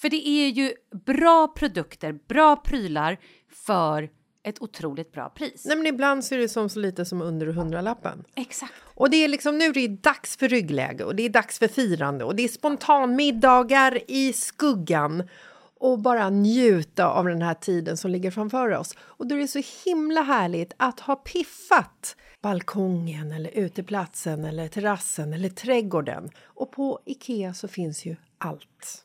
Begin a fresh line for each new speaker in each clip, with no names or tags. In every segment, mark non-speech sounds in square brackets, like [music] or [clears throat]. För det är ju bra produkter, bra prylar för ett otroligt bra pris.
Nej, men ibland så är det som så lite som under hundralappen.
Exakt.
Och det är liksom nu är det är dags för ryggläge och det är dags för firande och det är spontanmiddagar i skuggan och bara njuta av den här tiden som ligger framför oss. Och då är det så himla härligt att ha piffat balkongen eller uteplatsen eller terrassen eller trädgården. Och på Ikea så finns ju allt.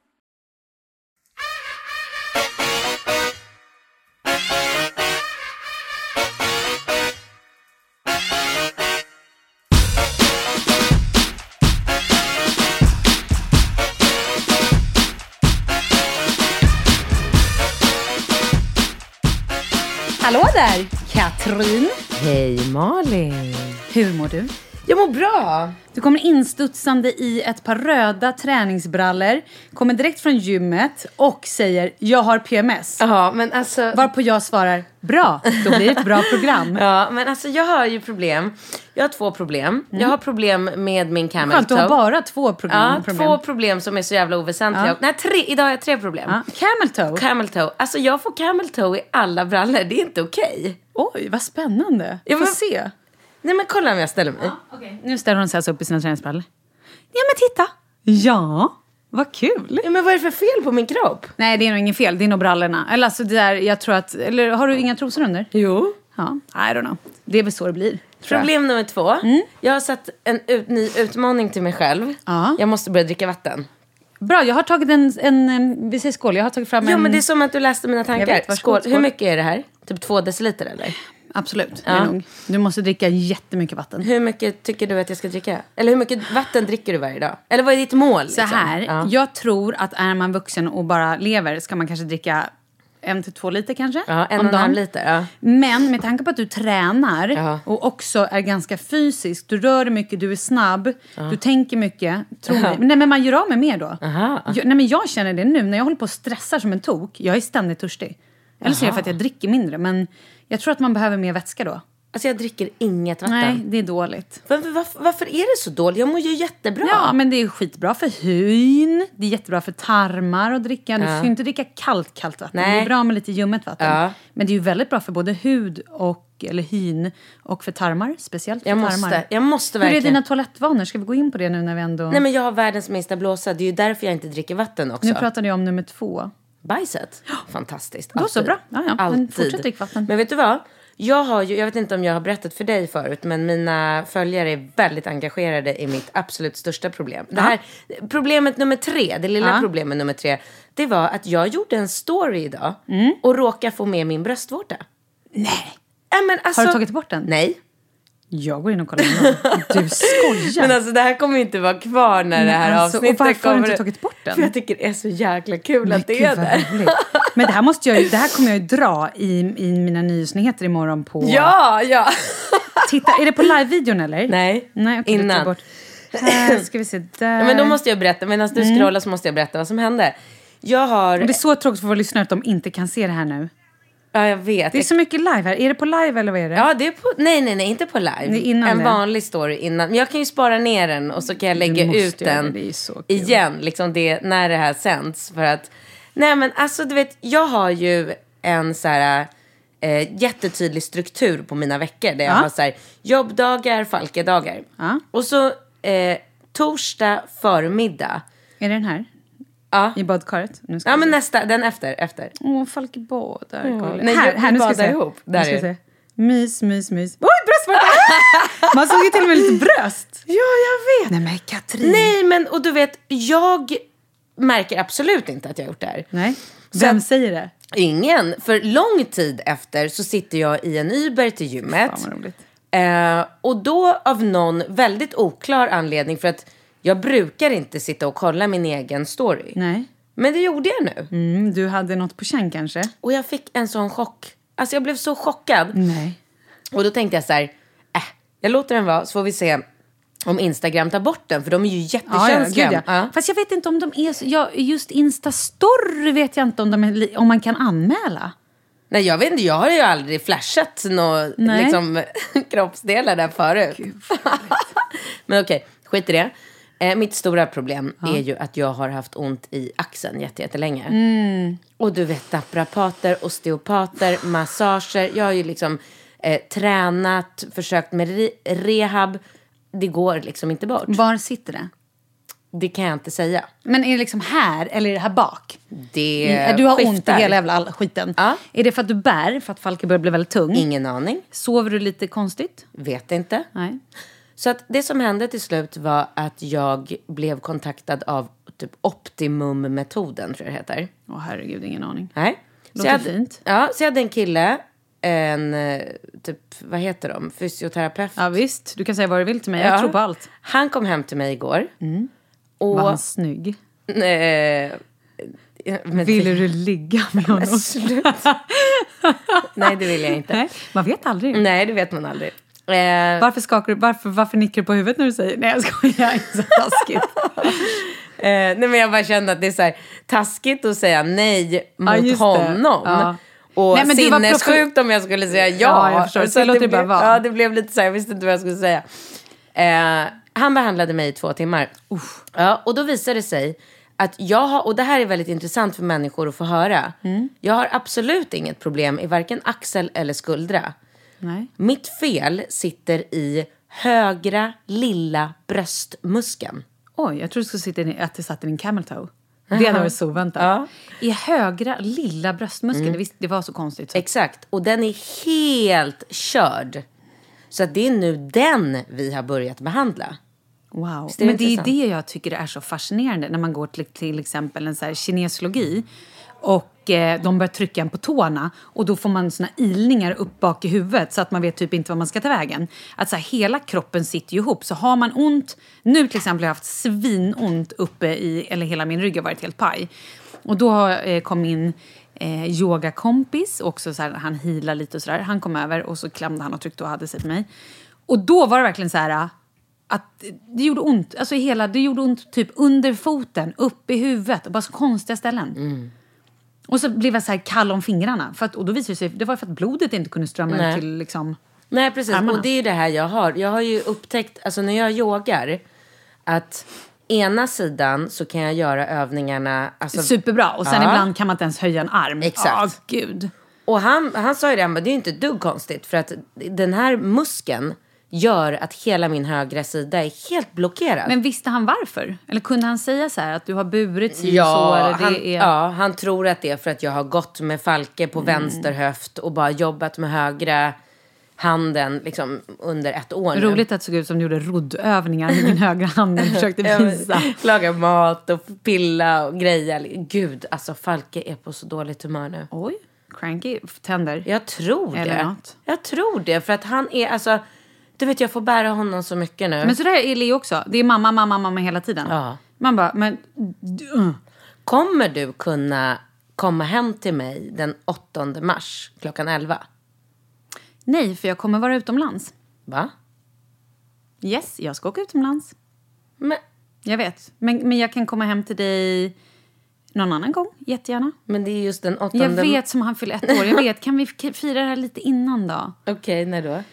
Hallå där, Katrin!
Hej Malin!
Hur mår du?
Jag mår bra!
Du kommer instudsande i ett par röda träningsbrallor, kommer direkt från gymmet och säger “Jag har PMS”.
Ja men alltså...
Varpå jag svarar “Bra, då blir det ett bra program”.
[laughs] Ja men alltså jag har ju problem. Jag har två problem. Jag har problem med min camel
Mm. Skönt, du har
toe.
bara två program.
ja,
Mm, problem.
två problem som är så jävla oväsentliga.
Ja.
Och, nej tre, idag har jag tre problem.
Ja. Camel toe.
Camel toe. Alltså jag får camel toe i alla brallor. Det är inte okej.
Oj, vad spännande. Jag får
men-
se.
Nej men kolla om jag ställer mig.
Nu ställer hon sig alltså upp i sina träningsbrallor. Ja, men titta! Ja, vad kul!
Ja, men vad är det för fel på min kropp?
Nej, det är nog inget fel. Det är nog brallorna. Eller alltså det där, jag tror att... Eller har du inga trosor under?
Jo.
Ja, I don't know. Det är väl så det blir. tror jag.
Problem nummer två.
Mm.
Jag har satt en ut, ny utmaning till mig själv.
Ja.
Jag måste börja dricka vatten.
Bra, jag har tagit en, en, en... Vi säger skål. Jag har tagit fram
Jo
en...
men det är som att du läste mina tankar.
vet, varsågod,
skål.
skål.
Hur mycket är det här? Typ två deciliter eller?
Absolut, det
Ja.
är nog. Du måste dricka jättemycket vatten.
Hur mycket tycker du att jag ska dricka? Eller hur mycket vatten dricker du varje dag? Eller vad är ditt mål?
Så
liksom?
här,
Ja.
jag tror att är man vuxen och bara lever ska man kanske dricka en till två liter kanske.
Ja, en
om
och en halv
dagen.
liter. Ja.
Men med tanke på att du tränar
Ja.
och också är ganska fysisk, du rör dig mycket, du är snabb, du tänker mycket. Tro mig. Nej, men man gör av med mer då. Jag, nej, men jag känner det nu när jag håller på och stressar som en tok. Jag är ständigt törstig. Eller så är det för att jag dricker mindre, men jag tror att man behöver mer vätska då.
Alltså jag dricker inget vatten.
Nej, det är dåligt.
Varför, varför, varför är det så dåligt? Jag mår ju jättebra.
Ja, men det är skitbra för hyn, det är jättebra för tarmar att dricka. Du ska ju inte dricka kallt, kallt vatten. Det
Nej.
är bra med lite ljummet vatten.
Ja.
Men det är ju väldigt bra för både hud och, eller hyn och för tarmar, speciellt för
jag,
tarmar.
måste, jag måste
Hur är
verkligen.
dina toalettvanor? Ska vi gå in på det nu när vi ändå...
Nej men jag har världens minsta blåsa. Det är ju därför jag inte dricker vatten också.
nu pratade jag om nummer två.
Bajset. Fantastiskt.
Då så, bra. Ja, ja. Men fortsätt drick vatten.
Men vet du vad? Jag, har ju, jag vet inte om jag har berättat för dig förut, men mina följare är väldigt engagerade i mitt absolut största problem. Det här, Problemet nummer tre, det lilla problemet nummer tre, det var att jag gjorde en story idag
Mm.
och råkade få med min bröstvårta. Nej! Men alltså,
Har du tagit bort den?
Nej.
Jag går in och kollar imorgon.
[laughs]
Du skojar!
Men alltså det här kommer ju inte vara kvar när det här
alltså, och
avsnittet
varför har
kommer.
du inte tagit bort den?
För jag tycker det är så jäkla kul
Men
att det
gud,
är
vad
där.
roligt. Men det här, måste jag, ju- det här kommer jag ju dra i, i mina nyhetsnyheter imorgon på...
Ja, ja.
Titta, är det på live-videon eller?
Nej,
Nej okej, då tar jag
innan.
Bort. Här ska vi se, där.
Ja, men då måste jag berätta, medan du scrollar så måste jag berätta vad som hände. Jag har...
Och Mm. Det är så tråkigt för våra lyssnare att de inte kan se det här nu.
Ja, jag vet.
Det är så mycket live här. Är det på live eller vad är det?
Ja, det är på... Nej, nej, nej, inte på live.
Det är innan
en
det.
vanlig story innan. Men jag kan ju spara ner den och så kan jag lägga
måste
ut
göra det,
den
det är ju så kul.
igen, liksom det, när det här sänds. För att... Nej, men alltså du vet, jag har ju en så här... Eh, jättetydlig struktur på mina veckor där
Ja.
jag har så här, jobbdagar, falkedagar.
Ja.
Och så eh, torsdag förmiddag.
Är det den här?
Ja.
I badkaret? Nu ska
Ja
vi se.
men nästa, den efter, efter.
Åh, Falk badar. Kolla.
Nej,
här,
vi
här, nu ska
badar
vi se.
ihop.
Nu
Där
ska vi
är det.
se. Mys, mys, mys. Oj,
[laughs]
bröstvårta! Man såg ju till och med lite bröst.
Ja, jag vet.
Nej men Katrin.
Nej, men och du vet, jag märker absolut inte att jag har gjort det här.
Nej.
Så
Vem
att-
säger det?
Ingen. För lång tid efter så sitter jag i en Uber till gymmet.
Fan vad roligt.
Eh, och då av någon väldigt oklar anledning, för att jag brukar inte sitta och kolla min egen story.
Nej.
Men det gjorde jag nu.
Mm, du hade något på känn kanske?
Och jag fick en sån chock. Alltså jag blev så chockad.
Nej.
Och då tänkte jag så här, äh, jag låter den vara så får vi se om Instagram tar bort den för de är ju jättekänsliga.
gud, ja.
Ja.
Fast jag vet inte om de är så, ja, just Instastory vet jag inte om, de är, li- om man kan anmäla.
Nej jag vet inte, jag har ju aldrig flashat några
Nej.
liksom, [laughs] kroppsdelar där förut. [laughs] Men okej, skit i det. Eh, mitt stora problem är ju att jag har haft ont i axeln jätte- jättelänge.
Mm.
Och du vet naprapater, osteopater, massager. Jag har ju liksom eh, tränat, försökt med re- rehab. Det går liksom inte bort.
Var sitter det?
Det kan jag inte säga.
Men är det liksom här eller är det här bak?
Det
Mm, du har ont i
Eh, skiftar.
hela jävla all- skiten.
Ja. Mm.
Är det för att du bär, för att Falken börjar bli väldigt tung?
Ingen aning.
Sover du lite konstigt?
Vet inte.
Nej.
Så att det som hände till slut var att jag blev kontaktad av typ Optimum-metoden, tror jag det heter.
Åh herregud, ingen aning.
Nej.
Låter
så jag
fint.
Hade, ja, så jag hade en kille, en eh, typ, vad heter de, fysioterapeut.
Ja visst, du kan säga vad du vill till mig. Jag
Ja.
tror på allt.
Han kom hem till mig
Var
igår. Och...
Mm.
[laughs]
han snygg?
Eh, men-
Ville du ligga med honom?
Sluta. [laughs] Nej, det vill jag inte.
Nej, man vet aldrig.
Nej, det vet man aldrig. Eh,
Varför, skakar du, varför, varför nickar du på huvudet när du säger nej jag skojar, inte så taskigt.
Eh, nej men jag bara kände att det är så här taskigt att säga nej mot
just det.
honom.
Ja.
Och
Nej, men du var proffs-
sinnessjukt om jag skulle säga ja.
Ja, jag förstår. Så låter det bara
blev,
vara.
Ja, det blev lite så här, jag visste inte vad jag skulle säga. Eh, han behandlade mig i två timmar. Ja, och då visade det sig att jag har, och det här är väldigt intressant för människor att få höra.
Mm.
Jag har absolut inget problem i varken axel eller skuldra.
Nej.
Mitt fel sitter i högra lilla bröstmuskeln.
Oj, jag tror du skulle sitta i, att det satt i din camel toe. Det hade varit så oväntat. I högra lilla bröstmuskeln, det, visst, det var så konstigt. Så.
Exakt, och den är helt körd. Så att det är nu den vi har börjat behandla.
Wow.
det är
Men det är ju
intressant?
det jag tycker är så fascinerande när man går till, till exempel en så här kinesologi och eh, de börjar trycka en på tårna och då får man såna ilningar upp bak i huvudet så att man vet typ inte vad man ska ta vägen. Att så här, hela kroppen sitter ju ihop. Så har man ont, nu till exempel har jag haft svinont uppe i, eller hela min rygg har varit helt paj. Och då har, eh, kom min eh, yogakompis, också så här, han healar lite och sådär. Han kom över och så klämde han och tryckte och hade sig på mig. Och då var det verkligen så här att det gjorde ont, alltså i hela, det gjorde ont typ under foten, upp i huvudet, bara så konstiga ställen.
Mm.
Och så blev jag så här kall om fingrarna. För att, och då visade det sig, det var för att blodet inte kunde strömma
Nej.
ut till liksom...
Nej, precis.
Armarna.
Och det är ju det här jag har. Jag har ju upptäckt, alltså när jag yogar, att ena sidan så kan jag göra övningarna... Alltså,
Superbra. Och sen
Ja.
ibland kan man inte ens höja en arm.
Exakt.
Ah, gud.
Och han, han sa ju det, han bara, det är ju inte ett dugg konstigt för att den här muskeln gör att hela min högra sida är helt blockerad.
Men visste han varför? Eller kunde han säga så här att du har burit si och så?
ja,
Eller det
han,
är... Mm.
ja, han tror att det är för att jag har gått med Falke på vänster höft och bara jobbat med högra handen liksom, under ett år nu.
Roligt att det såg ut som du gjorde roddövningar med din högra hand och
[laughs]
försökte visa.
Laga mat och pilla och greja. Gud, alltså Falke är på så dåligt humör nu.
Oj, cranky tänder.
Jag tror
Eller
det.
något.
Jag tror det, för att han är alltså... Du vet, jag får bära honom så mycket nu.
Men så där är Leo också. Det är mamma, mamma, mamma hela tiden.
Ja.
Man bara, men... Uh.
Kommer du kunna komma hem till mig den 8 mars klockan 11?
Nej, för jag kommer vara utomlands.
Va?
Yes, jag ska åka utomlands.
Men,
Jag vet. Men, men jag kan komma hem till dig någon annan gång, jättegärna.
men det är just den 8...
Jag vet som han fyller ett år. Jag vet. Kan vi f- fira det här lite innan då?
Okej, när då?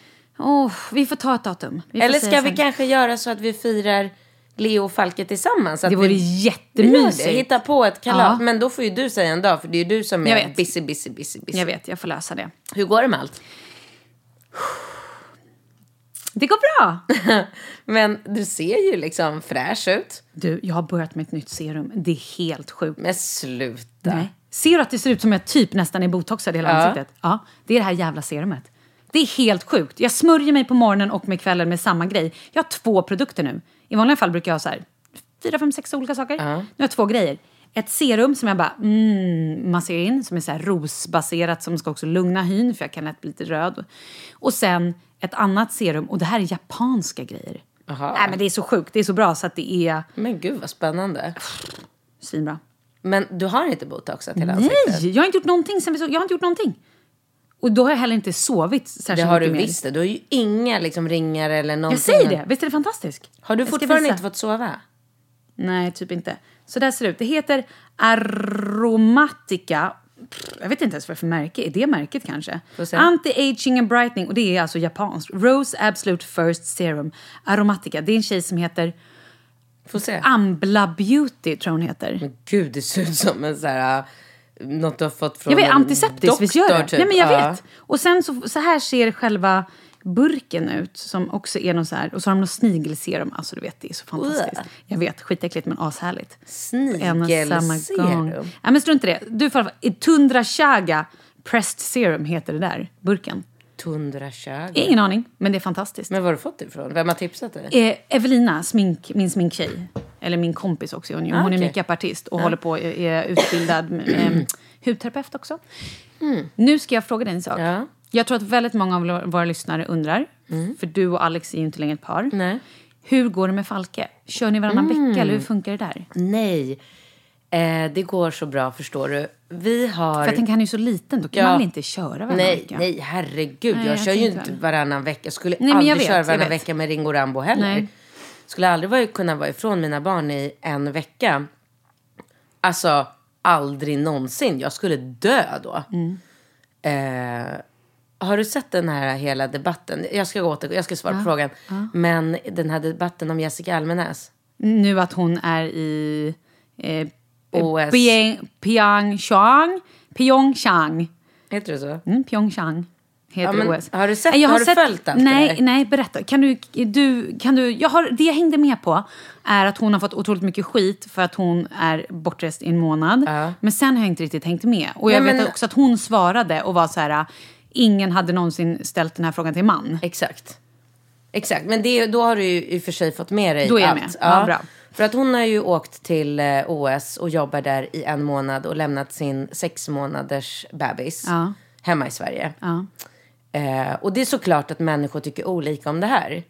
Åh, vi får ta ett datum. Vi får
Eller
säga
ska vi
sen.
kanske göra så att vi firar Leo och Falke tillsammans? Att
Det vore
vi-
jättemysigt.
Vi gör det, Hitta på ett kalas.
Ja.
Men då får ju du säga en dag, för det är ju du som
Jag
är
vet.
busy, busy, busy, busy.
Jag vet, jag får lösa det.
Hur går det med allt?
Det går
[laughs]
bra!
Men du ser ju liksom fräsch ut.
Du, jag har börjat med ett nytt serum. Det är helt sjukt.
Men sluta.
Nej. Ser du att det ser ut som jag typ nästan är botoxad i hela
Ja.
ansiktet? Ja. Det är det här jävla serumet. Det är helt sjukt. Jag smörjer mig på morgonen och med kvällen med samma grej. Jag har två produkter nu. I vanliga fall brukar jag ha så här fyra, fem, sex olika saker. Nu har jag två grejer. Ett serum som jag bara mm, masserar in, som är så här rosbaserat som ska också lugna hyn för jag kan lätt bli lite röd. Och sen ett annat serum, och det här är japanska grejer.
Jaha.
Nej men det är så sjukt, det är så bra så att det är
Men gud vad spännande.
svinbra.
Men du har inte botoxat hela ansiktet?
Nej, jag har inte gjort någonting sen vi såg. Jag har inte gjort någonting. Och då har jag heller inte sovit
Det
särskilt
har du
mycket mer.
visst. det. Du har ju inga liksom, ringar eller någonting.
Jag säger det. Visst är det fantastiskt?
Har du
Jag ska
fortfarande
visa.
inte fått sova?
Nej, typ inte. Så där ser det ut. Det heter Aromatica. Pff, Jag vet inte ens vad det är för märke är. Det märket kanske?
Får se.
Anti-aging and brightening. Och det är alltså japanskt. Rose Absolute First Serum. Aromatica. Det är en tjej som heter
Får
Ah,
se.
Ambla Beauty, tror jag hon heter.
Men gud, det ser ut som en så här, äh, något du har fått från
Jag vet,
en
antiseptisk, visst gör det?
doktor,
Nej,
typ.
men jag
Ja.
vet. Och sen så, så här ser själva burken ut, som också är någon så här... Och så har de någon snigelserum. Alltså, du vet, det är så fantastiskt.
Ugh.
Jag vet, skitäckligt men ashärligt.
Snigelserum.
På en och samma gång. Nej, men strunt i det. Du får i Tundra Chaga Pressed Serum heter det där, burken.
Tundra kök.
Ingen aning, men det är fantastiskt.
Men var har du fått det ifrån? Vem har tipsat dig?
Eh, Evelina, smink, min sminktjej, eller min kompis också, hon, hon är
Ah, okej.
makeupartist och håller på är, är utbildad
[clears throat]
eh, hudterapeut också. Nu ska jag fråga dig en sak.
Mm. Ja. Mm.
Jag tror att väldigt många av våra- våra lyssnare undrar, för du och Alex är ju inte längre ett par.
Nej. Mm.
Hur går det med Falke? Kör ni varannan vecka eller hur funkar det där?
Nej, eh, det går så bra förstår du. Vi har...
För jag tänker, han är ju så liten, då kan
Ja.
man väl inte köra varannan
Nej,
vecka?
nej, herregud.
Nej,
jag,
jag
kör ju
tänkte
inte
väl.
varannan vecka. Jag skulle
men jag
aldrig
vet,
köra
jag
varannan
vet.
vecka med Ringo Rambo heller.
Nej.
Skulle aldrig vara, kunna vara ifrån mina barn i en vecka. Alltså, aldrig någonsin. Jag skulle dö då.
Mm.
Eh, har du sett den här hela debatten? Jag ska, gå åter, jag ska svara på frågan. Men den här debatten om Jessica Almenäs.
Nu att hon är i eh,
OS.
Pyong- Pyeongchang. Pyeongchang.
Heter det så?
Mm, Pyeongchang
Ja,
heter
men
OS.
har du sett-
Nej,
har du följt allt det
Nej,
där?
nej, berätta. Kan du, du, kan du, jag har, det jag hängde med på är att hon har fått otroligt mycket skit för att hon är bortrest i en månad. Men sen har jag inte riktigt hängt med. Och jag
Nej, men-
vet också att hon svarade och var så här, ingen hade någonsin ställt den här frågan till man.
Exakt. Exakt, men det, då har du ju i och för sig fått med dig
Då är jag
allt.
med. Ja, bra.
För att hon har ju åkt till eh, OS och jobbar där i en månad och lämnat sin sex månaders bebis
Ja.
hemma i Sverige.
Ja.
Eh, och det är såklart att människor tycker olika om det här.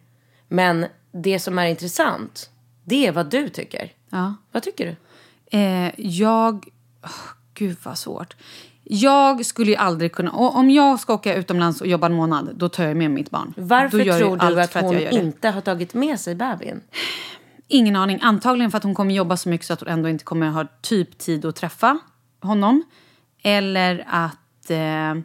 Men det som är intressant, det är vad du tycker.
Ja.
Vad tycker du?
Eh, jag Åh, Gud vad svårt. Jag skulle ju aldrig kunna... och Om jag ska åka utomlands och jobba en månad, då tar jag med mitt barn.
Varför
då gör jag
tror
allt
du att
för
hon
jag gör det.
inte har tagit med sig bebisen?
Ingen aning. Antagligen för att hon kommer jobba så mycket så att hon ändå inte kommer ha typ tid att träffa honom. Eller att eh,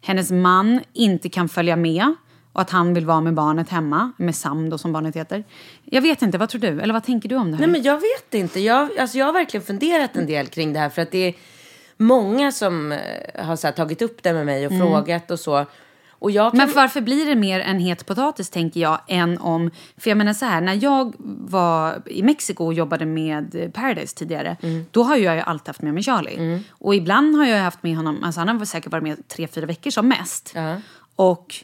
hennes man inte kan följa med och att han vill vara med barnet hemma, med Sam då som barnet heter. Jag vet inte, vad tror du? Eller vad tänker du om det här?
Nej, men jag vet inte. Jag, alltså, jag har verkligen funderat en del kring det här. För att det är många som eh, har så här, tagit upp det med mig och frågat och så. Och jag kan...
Mm. Men varför blir det mer en het potatis tänker jag än om... För jag menar så här, när jag var i Mexiko och jobbade med Paradise tidigare, då har jag ju alltid haft med mig Charlie.
Mm.
Och ibland har jag haft med honom, alltså han har säkert varit med tre, fyra veckor som mest. Och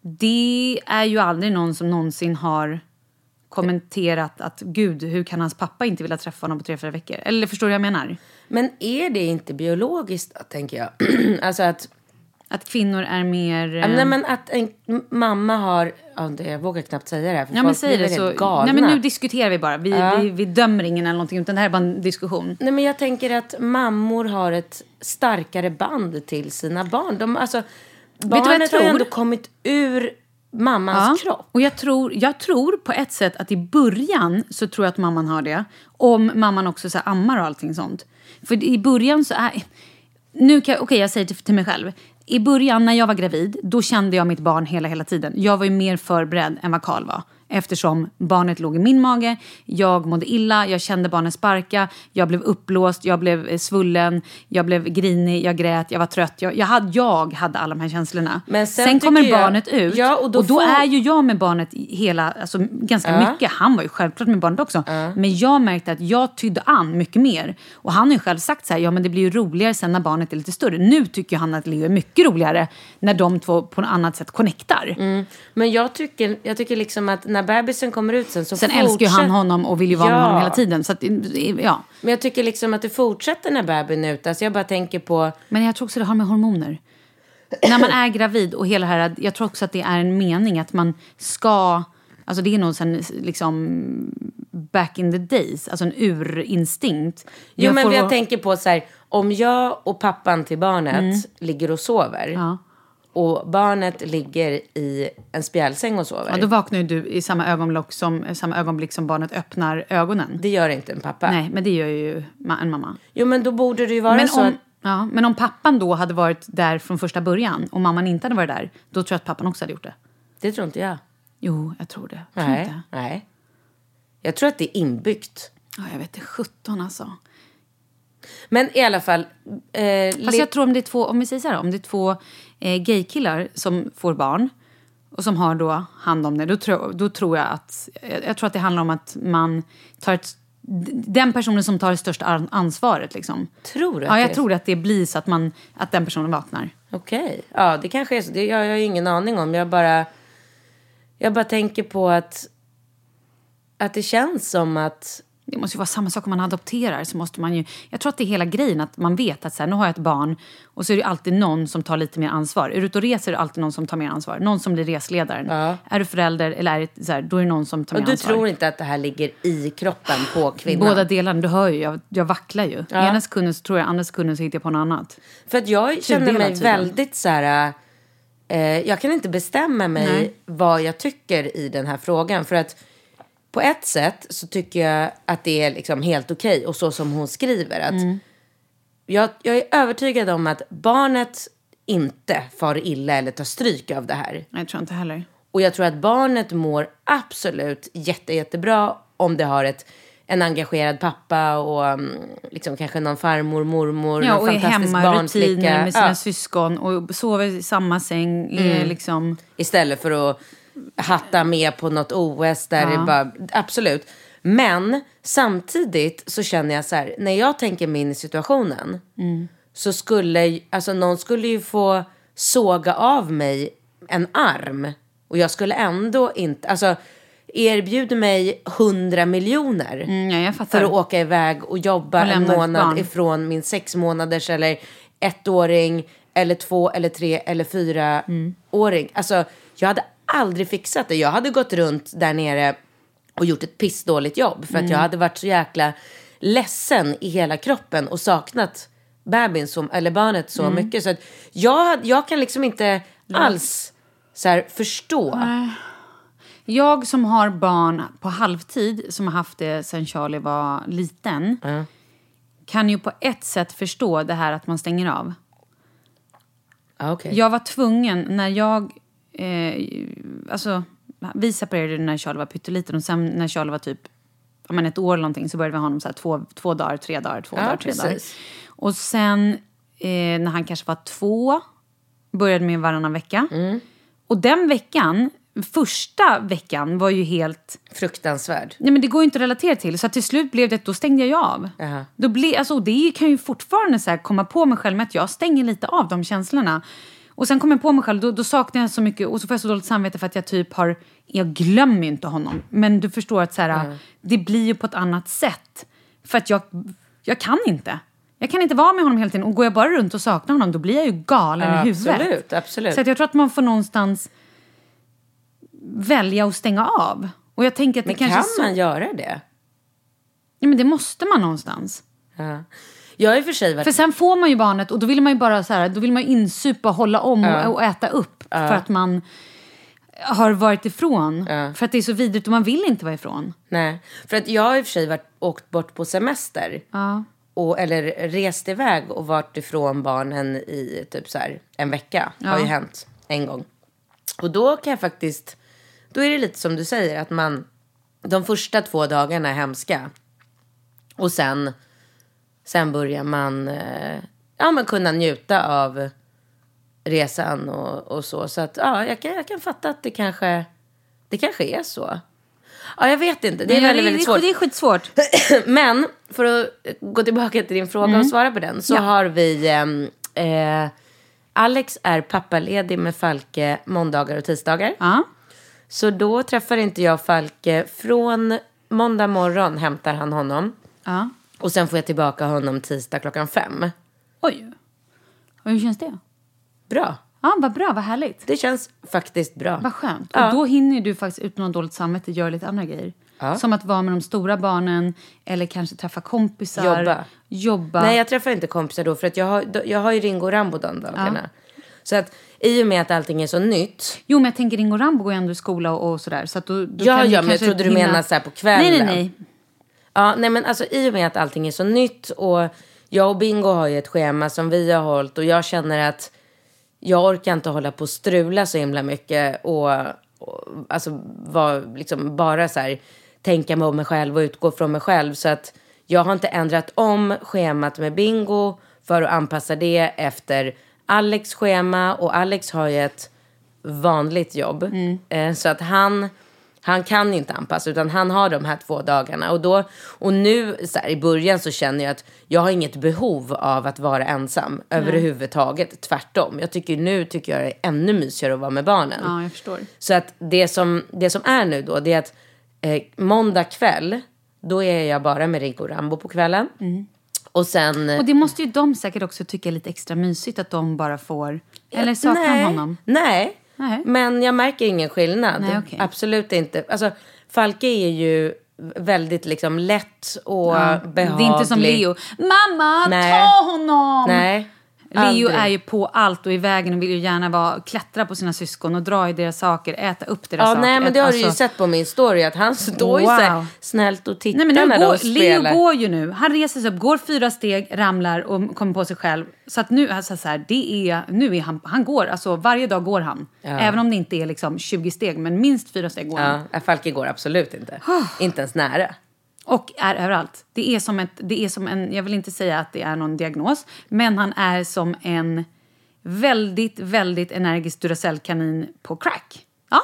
det är ju aldrig någon som någonsin har kommenterat att gud, hur kan hans pappa inte vilja träffa honom på tre, fyra veckor? Eller förstår du vad jag menar?
Men är det inte biologiskt, då, tänker jag? [clears throat] alltså att,
Att kvinnor är mer...
ja,
eh,
nej, men att en m- mamma har... Ja, det, jag vågar knappt säga det här, för
Ja, men
folk
säg
blir
det
helt
så.
galna.
Nej, men nu diskuterar vi bara. Vi, vi, vi dömer ingen eller någonting, utan det här är bara en diskussion.
Nej, men jag tänker att mammor har ett starkare band till sina barn. De, alltså,
jag
barnet har ju
tror?
ändå kommit ur mammans kropp.
Och jag tror, jag tror på ett sätt att i början så tror jag att mamman har det. Om mamman också så här ammar och allting sånt. För i början så är... Nu kan, okej, jag säger till, till mig själv. I början när jag var gravid, då kände jag mitt barn hela, hela tiden. Jag var ju mer förberedd än vad Karl var. Eftersom barnet låg i min mage, jag mådde illa, jag kände barnet sparka, jag blev uppblåst, jag blev eh, svullen, jag blev grinig, jag grät, jag var trött. Jag, jag, hade, jag hade alla de här känslorna.
Men
Men
sen
sen,
tycker
kommer
jag-
barnet ut
Ja, och
och
då
då,
får-
är ju jag med barnet i hela, alltså ganska mycket. Han var ju självklart med barnet också. Men jag märkte att jag tydde an mycket mer. Och han har ju själv sagt så här, ja men det blir ju roligare sen när barnet är lite större. Nu tycker ju han att Leo är mycket roligare när de två på något annat sätt connectar.
Mm. Men jag tycker, jag tycker liksom att när bebisen kommer ut sen så
Sen älskar ju han
fortsätt-
honom och vill ju vara med
Ja.
honom hela tiden. Så att, ja.
Men jag tycker liksom att det fortsätter när bebisen är ute. Alltså jag bara tänker på...
Men jag tror också det har med hormoner. När man är gravid och hela det här, jag tror också att det är en mening att man ska, alltså det är nog sen liksom back in the days, alltså en urinstinkt.
Jo, men
får-
jag tänker på så här, om jag och pappan till barnet ligger och sover
Mm. Ja.
och barnet ligger i en spjälsäng och sover.
Ja, då vaknar ju du i samma ögonblick som, samma ögonblick som barnet öppnar ögonen.
Det gör inte en pappa.
Nej, men det gör ju ma- en mamma.
Jo, men då borde det ju vara
Men
så att...
om, ja, men om pappan då hade varit där från första början och mamman inte hade varit där, då tror jag att pappan också hade gjort det.
Det tror inte jag.
Jo, jag tror det. Jag tror
Nej,
inte.
nej. Jag tror att det är inbyggt.
Ja, jag vet inte, 17 alltså.
Men i alla fall... Eh,
Fast
li-
jag tror om det är två, om vi säger så här, om det är två eh, gaykillar som får barn och som har då hand om det, då, tror- då tror jag att... Jag, jag tror att det handlar om att man tar ett, d- den personen som tar det största an- ansvaret. Liksom.
Tror du att
Ja,
det-
jag tror att det blir så att, man, att den personen vaknar.
Okej. Ja, det kanske är så. Det, jag, jag har ju ingen aning om. Jag bara, jag bara tänker på att, att det känns som att...
Det måste ju vara samma sak om man adopterar. Så måste man ju, jag tror att det är hela grejen att man vet att så här, nu har jag ett barn och så är det alltid någon som tar lite mer ansvar. Är du ute och reser är det alltid någon som tar mer ansvar. Någon som blir resledaren. Är du förälder eller är det, så här, då är det någon som tar
Och
mer
du
ansvar.
tror inte att det här ligger i kroppen på kvinnan?
Båda delarna. Du hör ju, jag, jag vacklar ju. I ena sekunden så tror jag, i andra sekunden så hittar jag på något annat.
För att
Typ
jag känner mig
tydligen.
väldigt så här... Eh, jag kan inte bestämma mig vad jag tycker i den här frågan. För att på ett sätt så tycker jag att det är liksom helt okej. och så som hon skriver. Att
Mm.
jag, jag är övertygad om att barnet inte far illa eller tar stryk av det här.
Nej, jag tror inte heller.
Och jag tror att barnet mår absolut jätte, jättebra om det har ett, en engagerad pappa och um, liksom kanske någon farmor, mormor,
Ja,
någon
och är
fantastisk
hemma, rutiner
barnflicka.
med sina
Ja,
syskon och sover i samma säng. Är liksom...
istället för att hatta med på något OS där det bara, absolut. Men samtidigt så känner jag så här, när jag tänker mig in i situationen så skulle, ju- alltså någon skulle ju få såga av mig en arm och jag skulle ändå inte, alltså erbjud mig hundra miljoner
Mm, ja, jag fattar.
för att åka iväg och jobba
Och
en
lämna ett
månad
barn.
ifrån min sex månaders eller ettåring eller två eller tre eller fyra
Mm.
åring. Alltså, jag hade aldrig fixat det.
Mm.
Jag hade gått runt där nere och gjort ett pissdåligt jobb för att jag hade varit så jäkla ledsen i hela kroppen och saknat bebisen så- eller barnet
Mm.
så mycket. Så att jag, hade- jag kan liksom inte alls så här, förstå.
Jag som har barn på halvtid, som har haft det sen Charlie var liten kan ju på ett sätt förstå det här att man stänger av.
Ah, okay.
Jag var tvungen när jag... Eh, alltså, vi separerade när Charlie var pytteliten och sen när Charlie var typ ja, men ett år eller någonting så började vi ha honom så här två, två dagar, tre dagar, två
Ja,
dagar, tre dagar.
precis.
Och sen eh, när han kanske var två började med varannan vecka.
Mm.
Och den veckan, första veckan var ju helt...
Fruktansvärd.
Nej, men det går ju inte att relatera till. Så att till slut blev det att då stängde jag ju av.
Jaha.
Då ble, alltså, och det kan jag ju fortfarande så här komma på mig själv med att jag stänger lite av de känslorna. Och sen kommer jag på mig själv, då, då saknar jag så mycket och så får jag så dåligt samvete för att jag typ har... Jag glömmer ju inte honom. Men du förstår att så här, det blir ju på ett annat sätt. För att jag, jag kan inte. Jag kan inte vara med honom hela tiden. Och går jag bara runt och saknar honom då blir jag ju galen i huvudet.
Absolut, absolut.
Så att jag tror att man får någonstans välja att stänga av. Och jag tänker att det
Men
kanske
kan
är så...
man göra det?
Ja, men det måste man någonstans.
Ja. Jag har i och för sig varit...
För sen får man ju barnet och då vill man ju bara så här, då vill man ju insupa, hålla om och, och äta upp för att man har varit ifrån. För att det är så vidrigt och man vill inte vara ifrån.
Nej. För att jag har i och för sig varit, åkt bort på semester. Och, eller rest iväg och varit ifrån barnen i typ så här en vecka. Har ju hänt en gång. Och då kan jag faktiskt... Då är det lite som du säger att man... De första två dagarna är hemska. Och sen... Sen börjar man... eh, Ja, men kunna njuta av resan och, och så. Så att ja, jag kan, jag kan fatta att det kanske... Det kanske är så. Ja, jag vet inte. Det är
Men
väldigt, väldigt svårt.
Det är skitsvårt.
[coughs] Men för att gå tillbaka till din fråga
Mm.
och svara på den så har vi... ehm, Eh, Alex är pappaledig med Falke måndagar och tisdagar.
Ja.
Så då träffar inte jag Falke. Från måndag morgon hämtar han honom.
ja.
Och sen får jag tillbaka honom tisdag klockan fem.
Oj. Och hur känns det?
Bra.
Ja, vad bra, vad härligt.
Det känns faktiskt bra.
Vad skönt.
Ja.
Och då hinner ju du faktiskt utan något dåligt samvete göra lite andra grejer. Som att vara med de stora barnen eller kanske träffa kompisar.
Jobba.
Jobba.
Nej, jag träffar inte kompisar då för att jag har, jag har ju Ringo och Rambo de dagarna. Så att i och med att allting är så nytt.
Jo, men jag tänker Ringo Rambo går ju ändå i skola och, och sådär. Så att då, då
Ja,
kan du
ja, men jag
kanske
trodde du
hinna-
menade så här på kvällen.
Nej, nej, nej.
Ja, nej men alltså i och med att allting är så nytt och jag och Bingo har ju ett schema som vi har hållit och jag känner att jag orkar inte hålla på och strula så himla mycket och, och alltså var, liksom bara så här tänka mig om mig själv och utgå från mig själv så att jag har inte ändrat om schemat med Bingo för att anpassa det efter Alex schema och Alex har ju ett vanligt jobb.
Mm.
Eh, så att han, han kan inte anpassa utan han har de här två dagarna. Och, då, och nu så här, i början så känner jag att jag har inget behov av att vara ensam överhuvudtaget. Tvärtom. Jag tycker nu tycker jag det är ännu mysigare att vara med barnen.
Ja, jag förstår.
Så att det som, det som är nu då det är att eh, måndag kväll då är jag bara med Ringo och Rambo på kvällen. Och sen...
Mm. Och det måste ju de säkert också tycka är lite extra mysigt att de bara får... Eller saknar
Eh, nej,
honom.
Nej.
Nej.
men jag märker ingen skillnad.
Nej, okej.
Absolut inte. Alltså, Falke är ju väldigt liksom lätt och behaglig.
Det är inte som Leo. Mamma,
Nej.
ta honom!
Nej.
Leo
aldrig.
är ju på allt och i vägen och vill ju gärna vara, klättra på sina syskon och dra i deras saker, äta upp deras
Ja,
saker.
nej, men det har du ju
Alltså-
sett på min story att han står ju så här
Wow.
snällt och tittar
Nej, men nu
när
går,
de spelar.
Leo går ju nu. Han reser sig upp, går fyra steg, ramlar och kommer på sig själv. Så att nu, alltså, så här, det är, nu är han, han går, alltså varje dag går han. Även om det inte är liksom 20 steg, men minst fyra steg går han.
Ja, Falke går absolut inte. inte ens nära.
Och är överallt. Det är som ett, det är som en, jag vill inte säga att det är någon diagnos, men han är som en väldigt, väldigt energisk Duracellkanin på crack. Ja,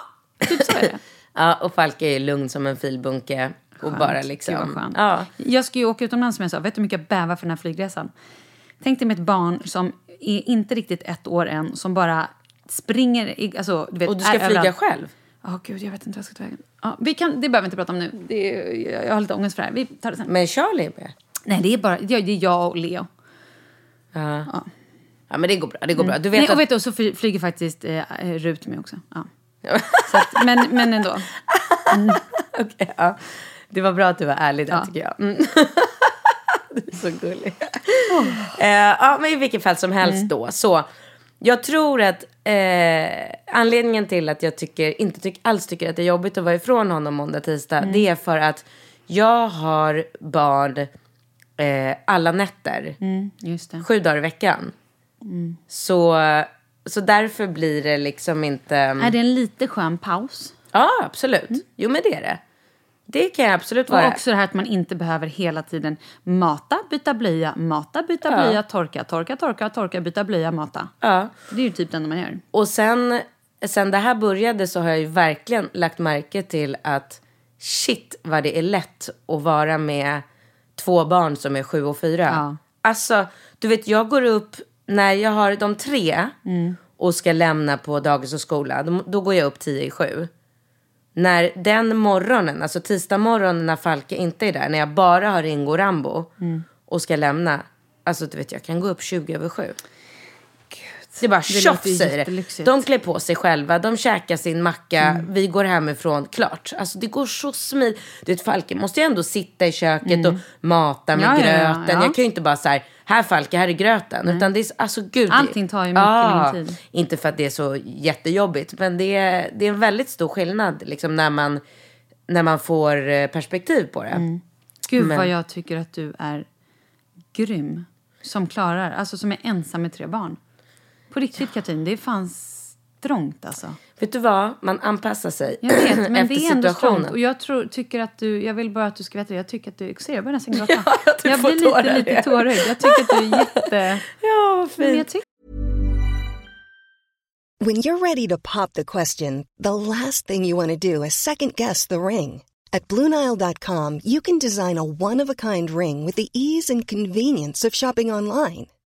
typ så är det.
Ja, och Falke är lugn som en filbunke och bara
Skönt.
liksom...
Gud, vad skönt.
Ja.
Jag ska ju åka utomlands som jag sa. Vet du hur mycket jag bävar för den här flygresan? Tänk dig med ett barn som är inte riktigt ett år än, som bara springer... I, alltså, du vet,
Och du ska
är
flyga
överallt.
själv?
Ja, gud, jag vet inte vad jag ska ta vägen. Ja, vi kan, det behöver vi inte prata om nu. Det, är- jag, jag har lite ångest för det här. Vi tar det sen.
Men Charlie är med.
Nej, det är bara det är det är jag och Leo.
Ja, men det går bra. Det går bra. Du vet
Nej,
att...
och vet du, och så fly- flyger faktiskt eh, Rut med också.
[laughs]
Ja. Så att, men, men ändå.
[laughs] Okej, ja. Det var bra att du var ärlig där, tycker jag. Mm. Du är så gullig. Eh, ja, men i vilket fall som helst
Mm.
då. Så jag tror att eh, anledningen till att jag tycker, inte tyck, alls tycker att det är jobbigt att vara ifrån honom måndag, tisdag.
Mm.
Det är för att jag har barn eh, alla nätter.
Mm, Just det.
Sju dagar i veckan.
Mm.
Så, så därför blir det liksom inte...
Är det en lite skön paus?
Ja, absolut. Jo, men det är det. Det kan jag absolut vara.
Och också det här att man inte behöver hela tiden mata, byta blöja, mata, byta blöja, torka, torka, torka, torka, byta blöja, mata.
Ja.
Det är ju typ det enda man gör.
Och sen, sen det här började så har jag ju verkligen lagt märke till att shit vad det är lätt att vara med två barn som är sju och fyra.
Ja.
Alltså, du vet jag går upp när jag har de tre och ska lämna på dagis och skola. Då, då går jag upp tio i sju. När den morgonen, alltså tisdag morgon när Falke inte är där, när jag bara har Ringo och Rambo och ska lämna. Alltså du vet jag kan gå upp 20 över sju. Det är bara
Det
tjoff
låter ju
säger det.
jättelyxigt. Mm.
De klär på sig själva, de käkar sin macka, vi går hemifrån, klart. Alltså det går så smidigt. Du vet Falke måste ju ändå sitta i köket och mata
Mm.
med
Ja, ja, ja,
gröten.
ja.
Jag kan ju inte bara så här, här Falke, här är gröten. Utan det är, så- alltså gud. det- Ah,
Allting tar ju mycket längre tid.
Inte för att det är så jättejobbigt, men det är, det är en väldigt stor skillnad liksom när man, när man får eh, perspektiv på det.
Mm. Gud vad jag tycker att du är grym som klarar, alltså som är ensam med tre barn. På riktigt Katrin, det fanns strångt alltså.
Vet du vad? Man anpassar sig
Jag vet,
[clears throat]
men
efter
det är ändå strångt. Och
situationen.
jag tror, tycker att du, jag vill bara att du ska veta det, jag tycker att du, ser jag börjar
[laughs]
nästan gråta.
Ja, jag tror du får
blir lite,
tårar
lite
igen.
tårögd. Jag tycker att
[laughs]
du är jätte...
Ja,
Men
vad fint.
jag tycker
When you're ready to pop the question, the last thing you want to do is second guess the ring. At Bluenile.com, you can design a one of a kind ring with the ease and convenience of shopping online.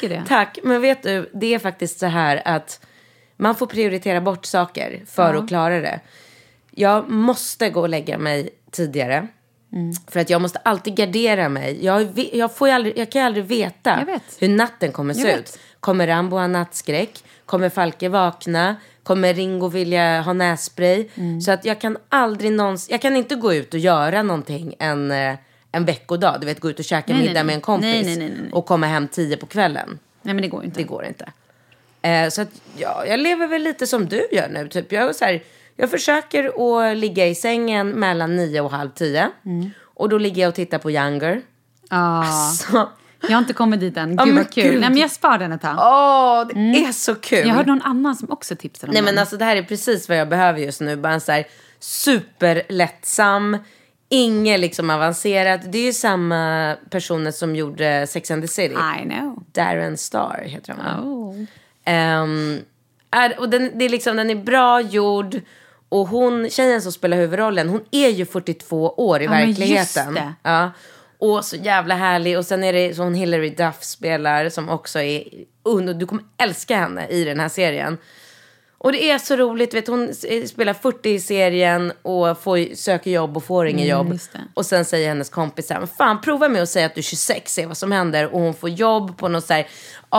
det.
Tack, men vet du, det är faktiskt så här att man får prioritera bort saker för att klara det. Jag måste gå och lägga mig tidigare.
Mm.
För att jag måste alltid gardera mig. Jag, ve- jag, får ju aldrig, jag kan ju aldrig veta
Jag vet.
hur natten kommer se
Jag
ut.
vet.
Kommer Rambo ha nattskräck? Kommer Falke vakna? Kommer Ringo vilja ha nässpray?
Mm.
Så att jag kan aldrig någonsin, jag kan inte gå ut och göra någonting en, eh, en veckodag. Du vet, gå ut och käka
Nej, nej,
middag
nej.
med en kompis
Nej, nej, nej, nej, nej.
och komma hem tio på kvällen.
Nej men det går ju inte.
Det går inte. Eh, så att, ja, jag lever väl lite som du gör nu. Typ. Jag, är så här, jag försöker att ligga i sängen mellan nio och halv tio. Och då ligger jag och tittar på Younger.
Mm. Ja.
[laughs] Så,
Jag har inte kommit dit än. Gud
men
vad kul.
gud.
Nej men jag spar den ett tag.
åh, det är så kul.
Mm. Jag hörde någon annan som också tipsade om
Nej
den.
men alltså det här är precis vad jag behöver just nu. Bara en så här superlättsam, inget liksom avancerat. Det är ju samma personer som gjorde Sex and the City.
I know.
Darren Star heter han va?
Oh.
Ehm, är, och den, det är liksom, den är bra gjord. Och hon, tjejen som spelar huvudrollen, hon är ju 42 år i
men just
verkligheten.
det.
Ja. Och så jävla härlig. Och sen är det så hon Hillary Duff spelar som också är under. Du kommer älska henne i den här serien. Och det är så roligt, vet, hon s- eh, spelar 40 i serien och får, ju- söker jobb och får inget jobb.
Mm, just det.
Och sen säger hennes kompis så här, "Men fan prova med att säga att du är 26, se vad som händer. Och hon får jobb på något så här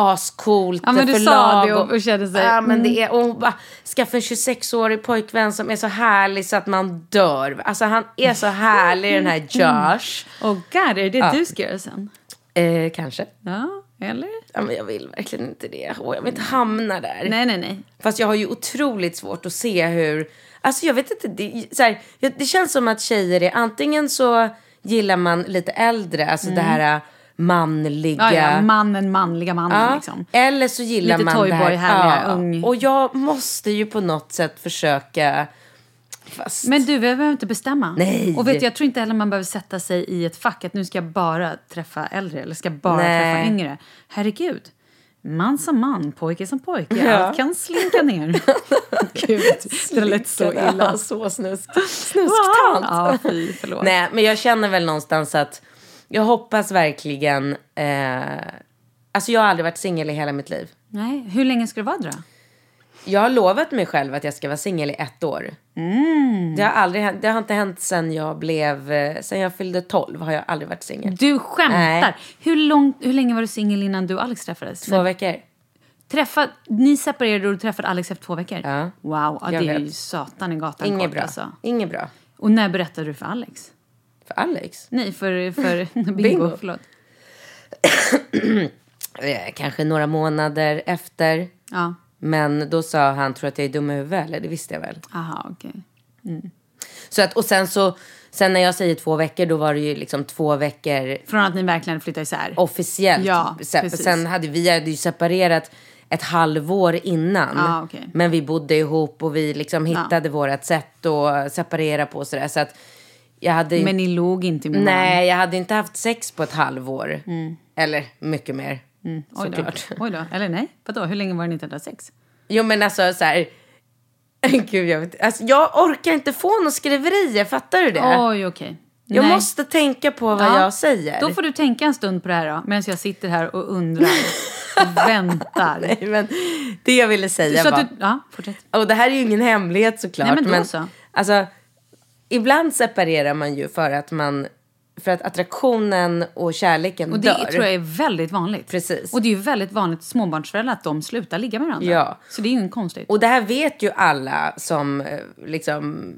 ascoolt
Ja, men du sa
förlag
det och- och kände sig- Mm.
Ja, men det är, och hon bara, skaffa en 26-årig pojkvän som är så härlig så att man dör. Alltså han är så härlig
[laughs]
den
Mm.
här Josh.
Åh god, är det du ska göra sen?
Eh, kanske.
Ja, eller?
Ja, men jag vill verkligen inte det. Åh, jag vill inte hamna där.
Nej, nej, nej.
Fast jag har ju otroligt svårt att se hur... Alltså jag vet inte, det, så här, jag- det känns som att tjejer är... Antingen så gillar man lite äldre, alltså det här äh, manliga...
Mm. Ja, ja, mannen, manliga mannen
Ja,
liksom.
Eller så gillar
Lite
man det här...
toyboy, härliga, Mm.
ja.
ung.
Och jag måste ju på något sätt försöka... Fast...
Men du, vi behöver inte bestämma.
Nej.
Och vet du, jag tror inte heller man behöver sätta sig i ett fack att nu ska jag bara träffa äldre eller ska jag bara
Nej.
träffa yngre. Herregud. Man som man, pojke som pojke. Allt kan slinka
[laughs]
ner. Gud, det lät så illa.
Ja, [laughs] så snusk. Snusktant.
Ja, fy, förlåt.
Nej, men jag känner väl någonstans att jag hoppas verkligen... Eh, alltså jag har aldrig varit singel i hela mitt liv.
Nej, hur länge ska det vara då?
Jag har lovat mig själv att jag ska vara singel i ett år.
Mm.
Det, har aldrig, hänt- det har inte hänt sen jag blev... eh, Sen jag fyllde 12 har jag aldrig varit singel.
Du skämtar!
Nej.
Hur, långt, hur länge var du singel innan du och Alex träffades?
Två veckor.
Träffa, ni separerade och du träffade Alex efter två veckor?
Ja.
Wow, ja, det
Jag
är
vet.
ju satan i gatan
Inget
kort
bra.
alltså.
Inget bra.
Och när berättade du för Alex?
För Alex?
Nej, för,
[laughs]
för bingo,
Bingo.
förlåt.
Eh, kanske några månader efter.
Ja,
Men då sa han, tror du att jag är dum i huvudet? Eller det visste jag väl.
aha, okej.
Så att, och sen så, sen när jag säger två veckor, då var det ju liksom två veckor
Från att ni verkligen flyttade isär?
officiellt.
Ja,
Se-
precis.
sen hade vi hade ju separerat ett halvår innan.
Ah, okej.
Men vi bodde ihop och vi liksom hittade vårt sätt att separera på och sådär. Så att jag hade ju-
Men ni låg inte med
Nej, jag hade inte haft sex på ett halvår. Eller mycket mer.
varandra? Mm. Oj då.
såklart.
Oj då. Eller nej, vadå? Hur länge var det ni inte hade sex?
Jo men alltså så här. [laughs] Gud, jag, vet, alltså, jag orkar inte få några skriverier, fattar du det?
Oj, okej.
jag
Nej.
måste tänka på vad
Ja,
jag säger.
Då får du tänka en stund på det här då, medan jag sitter här och undrar och väntar.
[laughs] Nej, men det jag ville säga
Så
var...
att du, ja, fortsätt.
Och det här är ju ingen hemlighet såklart.
Nej, men då så.
Alltså, ibland separerar man ju för att man... För att attraktionen och kärleken
Och det
dör.
tror jag är väldigt vanligt.
Precis.
Och det är ju väldigt vanligt småbarnsföräldrar att de slutar ligga med varandra.
Ja.
Så det är ju inget konstigt.
Och det här vet ju alla som eh, liksom...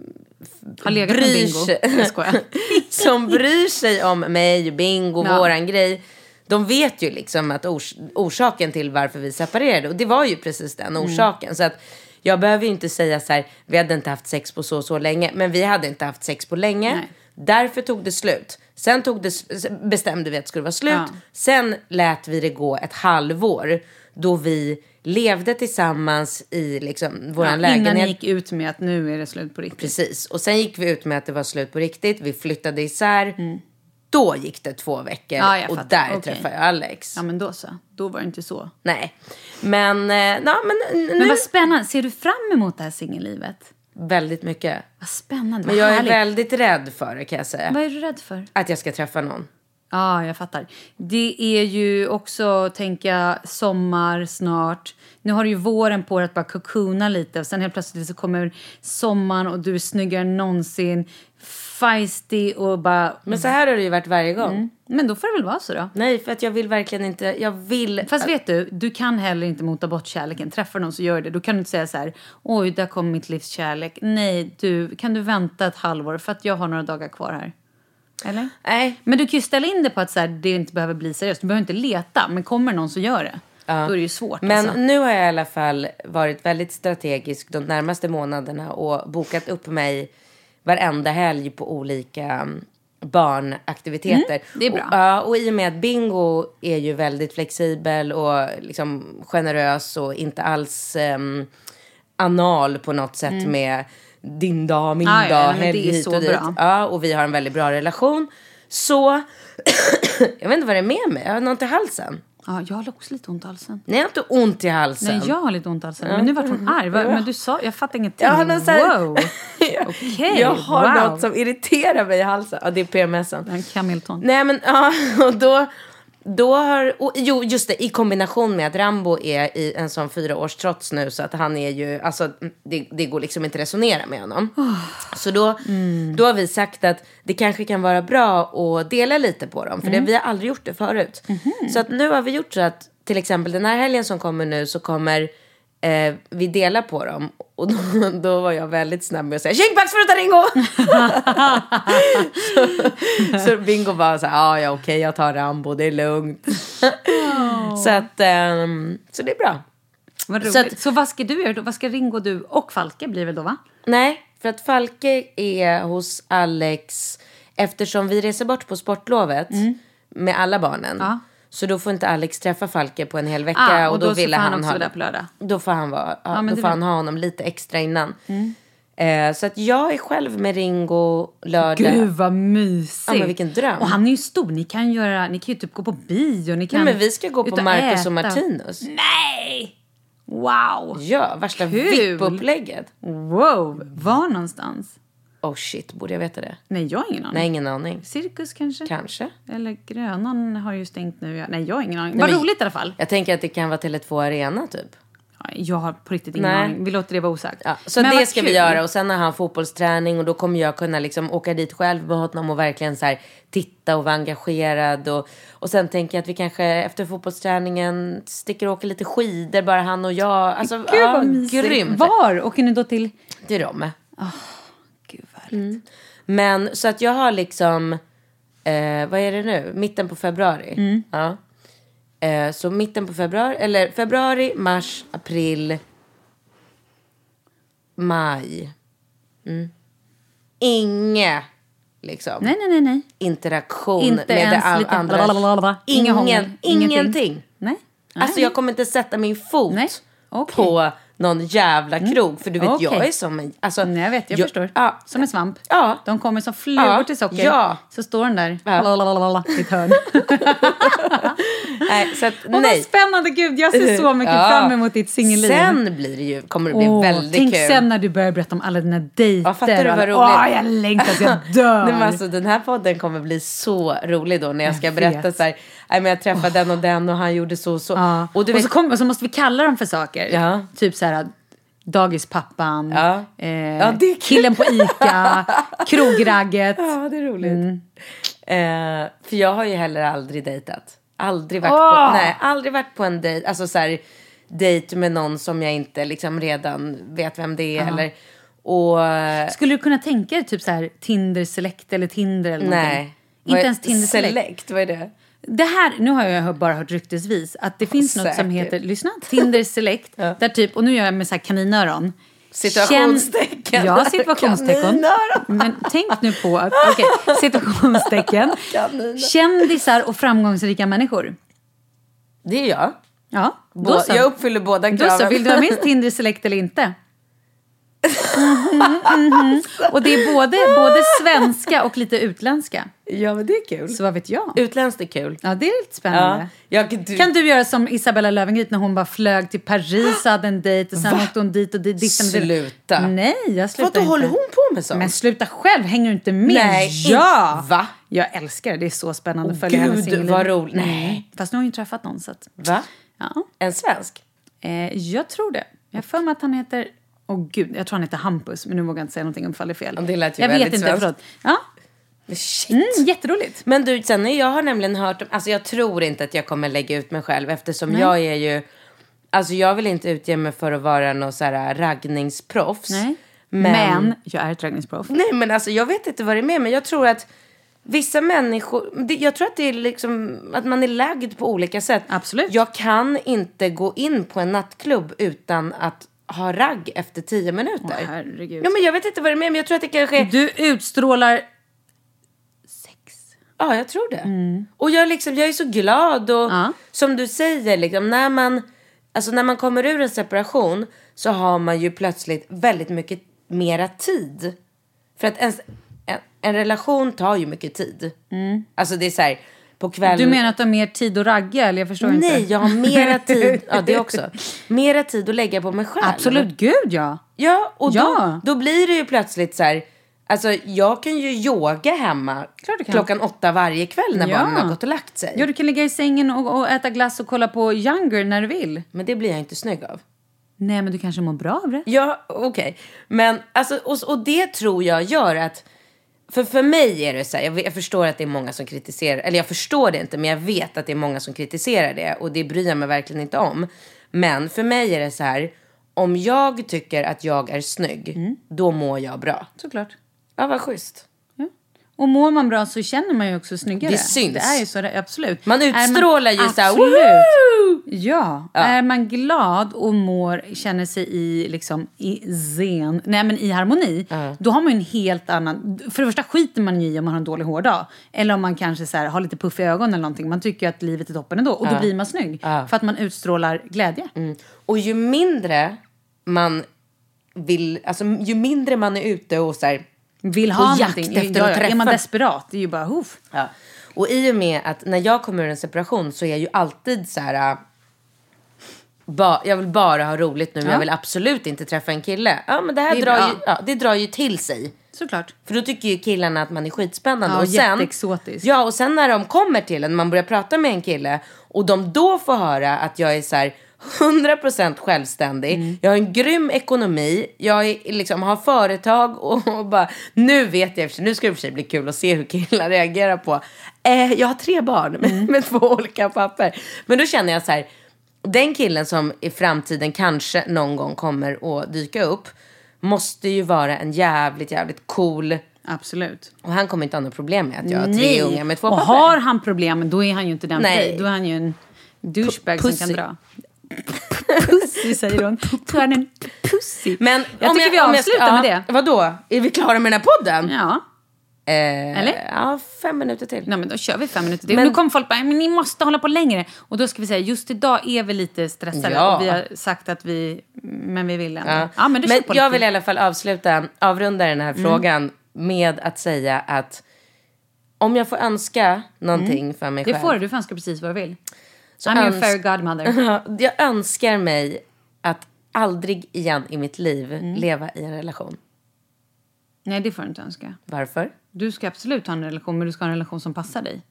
Har legat med
bryr
bingo.
sig-
[laughs] Jag skojar.
[laughs] som bryr sig om mig, bingo,
Ja.
våran grej. De vet ju liksom att ors orsaken till varför vi separerade. Och det var ju precis den
Mm.
orsaken. Så att jag behöver ju inte säga så här, vi hade inte haft sex på så och så länge. Men vi hade inte haft sex på länge.
Nej.
Därför tog det slut. Sen tog det, s- bestämde vi att det skulle vara slut.
Ja.
Sen lät vi det gå ett halvår. Då vi levde tillsammans i liksom våran
Ja,
lägenhet.
Innan ni gick ut med att nu är det slut på riktigt.
Precis. Och sen gick vi ut med att det var slut på riktigt. Vi flyttade isär. Då gick det två veckor
Mm. Ja, jag
och
fattar.
där
Okej.
träffade jag Alex.
Ja, men då så. Då var det inte så.
Nej, men, eh, ja, men n- nu
Men vad spännande. Ser du fram emot det här singellivet?
väldigt mycket.
Vad spännande. vad
Men jag är
härligt.
väldigt rädd för det kan jag säga.
Vad är du rädd för?
Att jag ska träffa någon.
Ja, jag fattar. Det är ju också, tänker jag, sommar snart. Nu har du ju våren på dig att bara kokona lite. Och sen helt plötsligt så kommer sommaren och du är snyggare än någonsin. Feisty och bara... mm.
Men så här har det ju varit varje gång.
Men då får det väl vara så då.
Nej, för att jag vill verkligen inte. Jag vill.
Fast vet du, du kan heller inte mota bort kärleken. Träffar någon så gör det. Då kan du inte säga så här, oj, där kom mitt livs kärlek. Nej, du, kan du vänta ett halvår för att jag har några dagar kvar här? Eller?
Nej,
Men du kan ju ställa in det på att så här, det inte behöver bli seriöst. Du behöver inte leta, men kommer någon så gör det. Då är det ju svårt.
Men
alltså.
nu har jag i alla fall varit väldigt strategisk de närmaste månaderna och bokat upp mig varenda helg på olika mm, barnaktiviteter.
Mm, det är bra.
Och, ja, och i och med att Bingo är ju väldigt flexibel och liksom generös och inte alls ehm, anal på något sätt med din dag, min
Mm. Ah, ja,
dag,
men det
helg
är
hit
så
och dit.
bra.
Ja, och vi har en väldigt bra relation. Så, [coughs] jag vet inte vad det är med mig. Jag har något i halsen.
Ja, jag har också lite ont i halsen.
Nej, jag har inte ont i halsen.
Nej, jag har lite ont i halsen. Men nu vart hon arg. Va? Men du sa, jag fattar ingenting.
Jag har någon så här... [laughs]
Wow! Okej,
Jag har
wow.
något som irriterar mig i halsen. Ja, [laughs] det är PMSen.
En Hamilton.
Nej, men ja, och då... Då har, och, jo, just det, i kombination med att Rambo är i en sån fyraårstrots nu så att han är ju, alltså det, det går liksom inte resonera med honom. Så då, då har vi sagt att det kanske kan vara bra att dela lite på dem, för det, vi har aldrig gjort det förut. Så att nu har vi gjort så att till exempel den här helgen som kommer nu så kommer eh, vi dela på dem. Och då, [laughs] då var jag väldigt snabb med att säga tjingpax för utan Ringo! så, så Bingo var så här, "Ah, ja okej jag tar Rambo, det är lugnt. så att, ehm, så det är bra.
Vad roligt.
Så
Så,
att-
vad ska du göra då? Vad ska Ringo, du och Falke bli väl då va?
Nej, för att Falke är hos Alex eftersom vi reser bort på sportlovet med alla barnen.
Mm. Ja.
Så då får inte Alex träffa Falke på en hel vecka.
Ah,
och,
och
då,
då så
ville
får
han,
han också
ha,
vara där på lördag.
Då får han, vara, ja,
men
då
det Mm.
får
är
han ha honom lite extra innan. Eh, så att jag är själv med Ringo lördag.
Gud vad mysigt!
Ja, men vilken dröm.
Och han är ju stor, ni kan göra, ni kan ju typ gå på bio, ni kan...
Nej, men vi ska gå
ut
på Marcus
äta.
och Martinus.
Nej! Wow!
Ja, värsta
Kul.
VIP-upplägget.
Wow! Var någonstans?
Oh shit, borde jag veta det?
Nej, jag har ingen aning.
Nej, ingen aning.
Cirkus kanske?
Kanske.
Eller Grönan har ju stängt nu. Jag- Nej, jag har ingen aning. Vad
men-
roligt i alla fall.
Jag tänker att det kan vara Tele2 Arena typ.
Ja, Jag har på riktigt ingen
Nej.
aning. Vi låter det vara osagt.
Ja, så
Men
det
vad
ska vi
kul.
göra och sen har han fotbollsträning och då kommer jag kunna liksom åka dit själv med honom och verkligen så här titta och vara engagerad. Och, och sen tänker jag att vi kanske efter fotbollsträningen sticker och åker lite skidor bara han och jag. Alltså,
Gud
ja,
vad mysigt.
Grymt.
Var åker ni då till?
Till dem.
Gud vad
Men så att jag har liksom, eh, vad är det nu, mitten på februari.
Mm.
Ja. Eh, så mitten på februari, eller februari, mars, april, maj. Mm. Inge, liksom.
Nej, nej, nej, nej.
Interaktion
Inte
med
ens
det all-
lite
andra.
blablabla. Inget
Ingen,
hångel.
ingenting.
Ingenting. Nej.
Alltså jag kommer inte sätta min fot
Nej. Okej. Mm.
på någon jävla krog. För du vet, jag
Okej.
är som en... Alltså,
Nej, Mm, jag vet, jag, förstår.
Ja,
Som en svamp.
Ja.
De kommer som flugor
Ja.
till socker.
Ja.
Så står den där
Ja.
lalalala, i ett
[laughs]
hörn.
nej, så att,
Åh, vad
nej.
spännande! Gud, jag ser så mycket
Ja.
fram emot ditt singelliv.
Sen blir det ju, kommer det bli
Åh,
väldigt
tänk
kul.
sen när du börjar berätta om alla dina dejter.
Ja, fattar du
och
vad
alla- Åh,
roligt?
jag längtar så jag dör!
[laughs] Nej, men alltså, den här podden kommer bli så rolig då när jag ska
Jag
berätta
vet.
så här, nej men jag träffade den och den och han gjorde så och så.
Ja.
Och du vet,
så, kommer- så måste vi kalla dem för saker.
Ja.
Typ så här dagispappan,
Ja.
eh,
Ja, det är kul.
killen på
[laughs]
ICA, krogragget.
ja det är roligt.
Mm.
Eh, för jag har ju heller aldrig dejtat. Aldrig varit,
Åh!
på, nej, aldrig varit på en dejt, alltså så här dejt med någon som jag inte liksom redan vet vem det är eller och eh,
Skulle du kunna tänka dig typ så här Tinder Select eller Tinder eller
nej.
någonting? Inte
Vad-
ens Tinder Select.
Select, vad är det?
Det här, nu har jag bara hört ryktesvis att det finns något som
säkert.
heter, lyssna, Tinder
[laughs]
Select. Där typ, och nu gör jag med så här kaninöron.
Situationstecken.
Känn, ja, situationstecken.
Kaninöron.
Men tänk nu på att,
[laughs]
okej, situationstecken.
Kaniner.
Kändisar och framgångsrika människor.
Det är jag.
Ja,
Bå- jag uppfyller båda
Då så,
kraven.
vill du ha
[laughs]
minst Tinder Select eller inte? [laughs] Mhm, mhm. Och det är både, både svenska och lite utländska.
Ja men det är kul.
Så vad vet jag?
Utländskt är kul.
Ja, det är lite
Ja.
spännande.
Jag, du,
Kan du göra som Isabella Löwengrip när hon bara flög till
[gasps]
Paris och hade en dejt och sen åkte hon dit och dit. ditten och dit.
Sluta.
Nej, jag slutar
Vadå,
inte.
håller hon på med sånt?
Men sluta själv, hänger du inte med?
Nej,
ja!
inte- va?
Jag älskar det, det är så spännande att
Åh,
följa hennes
gud,
singelliv.
vad roligt. Nej.
Mm. Fast nu har hon ju träffat någon så att...
Va?
Ja.
En svensk?
Eh, jag tror det. Jag har för mig att han heter... Åh gud, jag tror han heter Hampus, men nu vågar jag inte säga någonting om ifall det är fel.
Ja, det lät ju
jag
väldigt
vet inte,
svenskt.
förlåt. Ja,
Men Shit.
mm, jätteroligt.
Men du, sen när jag har nämligen hört om, alltså jag tror inte att jag kommer lägga ut mig själv eftersom jag är ju, alltså jag vill inte utge mig för att vara någon så här raggningsproffs.
Nej. Men,
Men,
jag är ett raggningsproff.
Nej men alltså jag vet inte vad det är med men jag tror att vissa människor, det, jag tror att det är liksom, att man är lagd på olika sätt.
Absolut.
Jag kan inte gå in på en nattklubb utan att ha ragg efter tio minuter.
Åh, herregud.
Ja men jag vet inte vad det är med men jag tror att det kanske är
Du utstrålar...
Ja, jag tror det. Och jag, liksom, jag är så glad och
Mm. Ja.
som du säger, liksom, när, man, alltså, när man kommer ur en separation så har man ju plötsligt väldigt mycket mera tid. För att ens, en, en relation tar ju mycket tid. Alltså det är så här, på kvällen.
Mm. Du menar att du har mer tid att ragga? Eller jag förstår inte.
Nej, jag har mera tid. Ja,
[laughs]
det också. Mera tid att lägga på mig själv.
Absolut, gud ja.
Ja, och
Ja.
Då, då blir det ju plötsligt så här. Alltså jag kan ju yoga hemma
Klart du kan.
klockan åtta varje kväll när
Ja.
barnen har gått och lagt sig.
Ja, du kan ligga i sängen och, och äta glass och kolla på Younger när du vill.
Men det blir jag inte snygg av.
Nej, men du kanske mår bra av det.
Ja, okej. Men alltså, och, och det tror jag gör att... För, för mig är det så här, jag, vet- jag förstår att det är många som kritiserar, eller jag förstår det inte, men jag vet att det är många som kritiserar det och det bryr jag mig verkligen inte om. Men för mig är det så här, om jag tycker att jag är snygg,
Mm.
då mår jag bra.
Såklart.
Ja, vad schysst.
Ja. Och mår man bra så känner man ju också snyggare.
Det syns.
Det är ju så, det- absolut.
Man
Är
utstrålar ju så här,
Absolut. Ja. Är man glad och mår, känner sig i, liksom, i zen, nej men i harmoni, då har man ju en helt annan... För det första skiter man ju i om man har en dålig hårdag. Eller om man kanske så här, har lite puffiga ögon eller någonting. Man tycker ju att livet är toppen ändå. Och då blir man snygg. För att man utstrålar glädje.
Och ju mindre man vill, alltså ju mindre man är ute och så här,
Vill
På
ha
jakt
någonting.
efter
ja,
att
ja. Är man
träffa.
desperat, det är ju bara hoof.
Ja. Och i och med att när jag kommer ur en separation så är jag ju alltid så här... äh, Ba, jag vill bara ha roligt nu, men jag vill absolut inte träffa en kille. Ja, men det här
Det är
drar,
bra.
ju, ja, det drar ju till sig.
Såklart.
För då tycker ju killarna att man är skitspännande.
Ja,
och sen,
jätteexotisk.
Ja, och sen när de kommer till en, när man börjar prata med en kille och de då får höra att jag är så här 100% självständig, jag har en grym ekonomi, jag är, liksom, har företag och, och bara, nu vet jag, i och för sig- nu ska det i och för sig bli kul att se hur killar reagerar på, eh, jag har tre barn med, med två olika papper. Men då känner jag så här, den killen som i framtiden kanske någon gång kommer att dyka upp måste ju vara en jävligt, jävligt cool
Absolut.
och han kommer inte ha något problem med att jag har tre unga med två
och
papper.
har han problem, då är han ju inte den
Nej.
för dig. Då är han ju en douchebag som
pussy.
kan dra. Pussy, säger hon. Då är han en pussy.
Men
jag
om
tycker vi
om
avslutar
ja,
med det.
Vadå? Är vi klara med den här podden?
Ja.
Eh,
Eller?
Ja, fem minuter till.
Nej, men då kör vi fem minuter till.
Men-
Men, nu kommer folk bara, men ni måste hålla på längre. Och då ska vi säga, just idag är vi lite stressade.
Ja.
Och vi har sagt att vi, men vi vill ändå.
Ja.
Ja, men du kör på
jag
lite. Mm.
vill i alla fall avsluta, avrunda den här frågan med att säga att om jag får önska någonting för
Mm.
mig
Det
själv.
får du, du får önska precis vad du vill.
så
I'm your
öns-
fair
[laughs]
godmother.
jag önskar mig att aldrig igen i mitt liv
Mm.
leva i en relation.
Nej, det får du inte önska.
Varför?
Du ska absolut ha en relation, men du ska ha en relation som passar dig.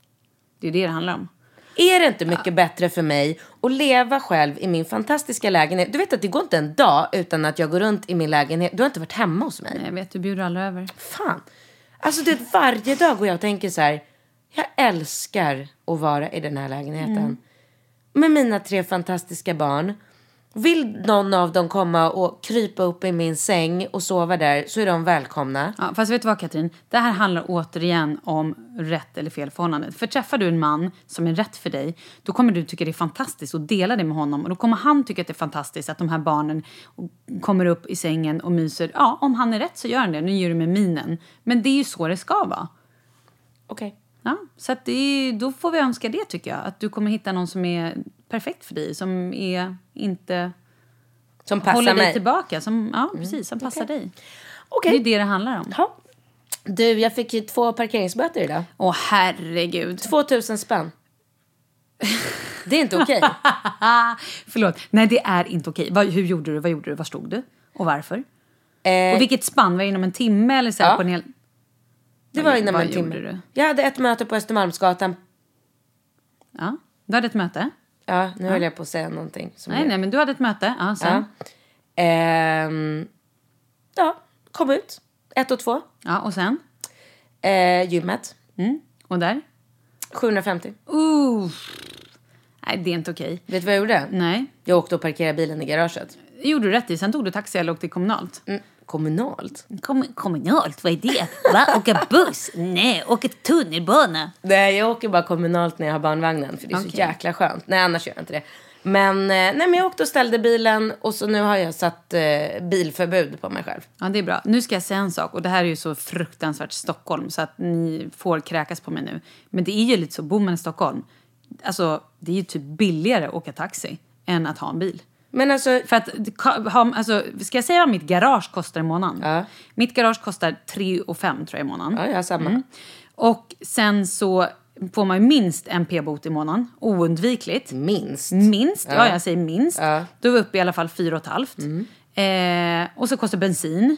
Det är det det handlar om.
Är det inte mycket bättre för mig att leva själv i min fantastiska lägenhet? Du vet att det går inte en dag utan att jag går runt i min lägenhet. Du har inte varit hemma hos mig.
Nej, jag vet, du bjuder alla över.
Fan. Alltså du vet, varje dag går jag och tänker så här. Jag älskar att vara i den här lägenheten.
Mm.
Med mina tre fantastiska barn. Vill någon av dem komma och krypa upp i min säng och sova där så är de välkomna.
Ja, fast vet du vad Katrin? Det här handlar återigen om rätt eller fel förhållande. För träffar du en man som är rätt för dig, då kommer du tycka det är fantastiskt och dela det med honom. Och då kommer han tycka att det är fantastiskt att de här barnen kommer upp i sängen och myser. Ja, om han är rätt så gör han det. Nu gör du med minen. Men det är ju så det ska vara.
Okej.
Ja, så att det är, då får vi önska det tycker jag. Att du kommer hitta någon som är perfekt för dig, som är inte
Som passar
håller dig
mig.
tillbaka. Som, ja, precis, som passar dig.
Okej.
Det är ju det det handlar om.
Ja. Du, jag fick ju två parkeringsböter idag.
Åh herregud. [laughs]
2000 spänn. Det är inte
[laughs]
okej.
Förlåt. Nej, det är inte okej. Vad, hur gjorde du? Vad gjorde du? Var stod du? Och varför?
Eh,
Och vilket spann? Var det inom en timme eller så här
Ja.
på en hel...
det var
vad
inom en
gjorde
timme.
du?
Jag hade ett möte på Östermalmsgatan.
Ja. Du hade ett möte?
Ja, nu höll jag på att säga någonting. Som
Nej,
jag-
nej, men du hade ett möte. Ja, sen. Mm. Ja.
Ehm, ja, kom ut. Ett och två.
och sen?
Eh, gymmet.
Mm. Och där?
750.
Uff. Nej, det är inte okej.
Vet du vad jag gjorde?
Nej.
Jag åkte och parkerade bilen i garaget.
Det gjorde du rätt i. Sen tog du taxi eller åkte kommunalt.
Mm, kommunalt?
Mm. Kom, kommunalt? Vad är det? Va? Åka buss? Nej, åka tunnelbana.
Nej, jag åker bara kommunalt när jag har barnvagnen. För det är så
Okej.
jäkla skönt. Nej, annars gör jag inte det. Men, eh, nej, men jag åkte och ställde bilen och så nu har jag satt eh, bilförbud på mig själv.
Ja, det är bra. Nu ska jag säga en sak. Och det här är ju så fruktansvärt Stockholm så att ni får kräkas på mig nu. Men det är ju lite så, bor man i Stockholm, alltså det är ju typ billigare att åka taxi än att ha en bil.
Men alltså,
För att, det ka- ha, alltså, ska jag säga vad mitt garage kostar i månaden? Mitt garage kostar 3 och 5 tror jag i månaden.
ja, jag har samma.
Mm. Och sen så får man ju minst en p-bot i månaden, oundvikligt.
Minst.
Minst, ja, jag säger minst.
Mm.
Då är vi uppe i alla fall fyra och ett halvt. Eh, och så kostar bensin.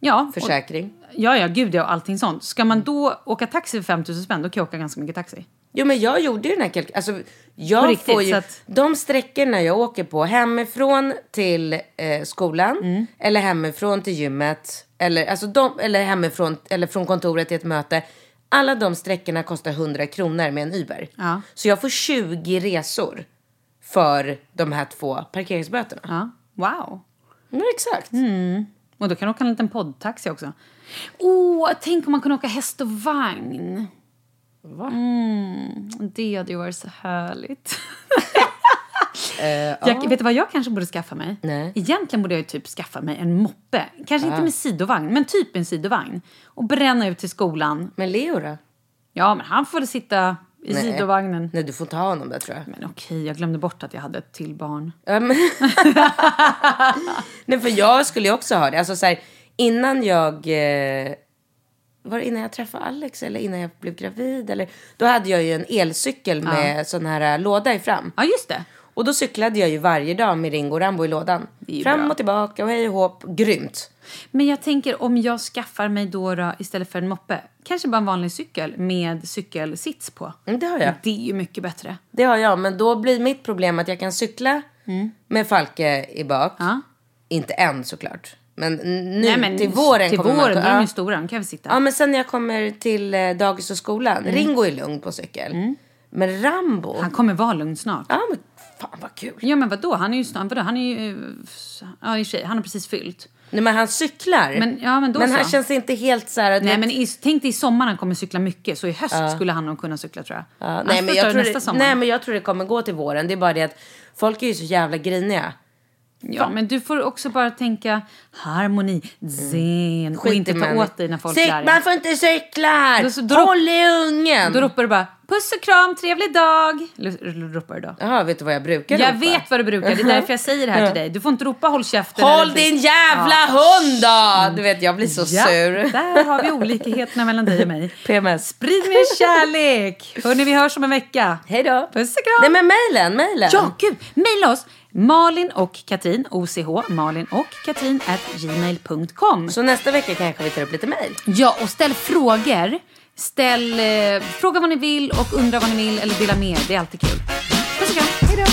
Ja, och-
Försäkring.
Ja, ja, gud ja, och allting sånt. Ska man då åka taxi för 5 000 spänn, då kan jag åka ganska mycket taxi.
Jo men jag gjorde ju den här kalkylen. Alltså,
På
jag
riktigt,
får ju,
så att-
De sträckorna jag åker på, hemifrån till eh, skolan
Mm.
eller hemifrån till gymmet eller, alltså de, eller hemifrån eller från kontoret till ett möte. Alla de sträckorna kostar 100 kronor med en Uber.
Ja.
Så jag får 20 resor för de här två parkeringsböterna.
Ja, Mm. wow.
Men exakt.
Och då kan jag åka en liten poddtaxi också. Åh, oh, tänk om man kunde åka häst och vagn. Va? Mm, det hade ju varit så härligt. [laughs] jag, vet du vad jag kanske borde skaffa mig?
Eh, Nej. Ah.
Egentligen borde jag ju typ skaffa mig en moppe. Kanske inte med sidovagn, men typ en sidovagn. Och bränna ut till skolan.
Men Leo då?
Ja, men han får sitta i
Nej.
sidovagnen.
Nej, du får ta honom där tror jag.
Men okej, jag glömde bort att jag hade ett till barn.
Ja, men- [laughs] Nej, för jag skulle ju också ha det. Alltså så här, innan jag... Eh, var det innan jag träffade Alex eller innan jag blev gravid? Eller, då hade jag ju en elcykel med sån här eh, låda i fram.
Ja, just det.
Och då cyklade jag ju varje dag med Ringo och Rambo i lådan.
är ju
Fram
bra.
och tillbaka och hej och hopp. Grymt.
Men jag tänker om jag skaffar mig då, då istället för en moppe, kanske bara en vanlig cykel med cykelsits på.
Mm, det har jag.
Det är ju mycket bättre.
Det har jag, men då blir mitt problem att jag kan cykla med Falke i bak.
Mm. Ja.
Inte än såklart. Men nu
Nej, men
till våren
Till
kommer
våren,
man
då
att-
är de
Ja.
ju stora, de kan vi sitta.
Ja, men sen när jag kommer till eh, dagis och skolan. Ringo är lugn på cykel. Men Rambo.
Mm. Han kommer vara lugn snart.
Ja, men fan vad kul.
Ja men vadå, han är ju snart, vadå, han är ju, eh, ja i och för sig, han har precis fyllt.
Nej, men han cyklar.
Men- ja, men då så.
han känns inte helt så här. att-
Nej men i, tänk dig i sommar han kommer cykla mycket, så i höst skulle han nog kunna cykla tror jag.
Ja,
Han
nej,
får
men
ta
jag
det
tror
nästa
det,
sommar.
nej, men jag tror det kommer gå till våren. Det är bara det att folk är ju så jävla griniga.
Ja, men du får också bara tänka harmoni, zen och inte
Mm.
ta
i människor.
åt dig när folk är
Cyk,
arga.
Man får inte cykla här!
Då så- då-
Håll i ungen!
Då ropar du bara puss och kram, trevlig dag. Eller eller ropar du då?
Jaha, vet du vad jag brukar
Jag
ropa?
vet vad du brukar, det är därför jag säger det här till dig. Du får inte ropa håll käften.
Håll
eller- typ. Mm.
din jävla hund då! Du vet, jag blir så
Ja,
sur.
där har vi olikheterna mellan dig och mig.
[laughs] PMS.
Sprid mer kärlek! Hörni, vi hörs om en vecka.
Hej då!
Puss och kram!
Nej, men mejlen, mejlen.
Ja, gud! Maila oss! Malin och Katrin, OCH, Malin och Katrin at gmail.com.
Så nästa vecka kanske vi tar upp lite mejl.
Ja, och ställ frågor. Ställ, eh, fråga vad ni vill och undra vad ni vill eller dela med er. Det är alltid kul. Puss och kram. Hej då.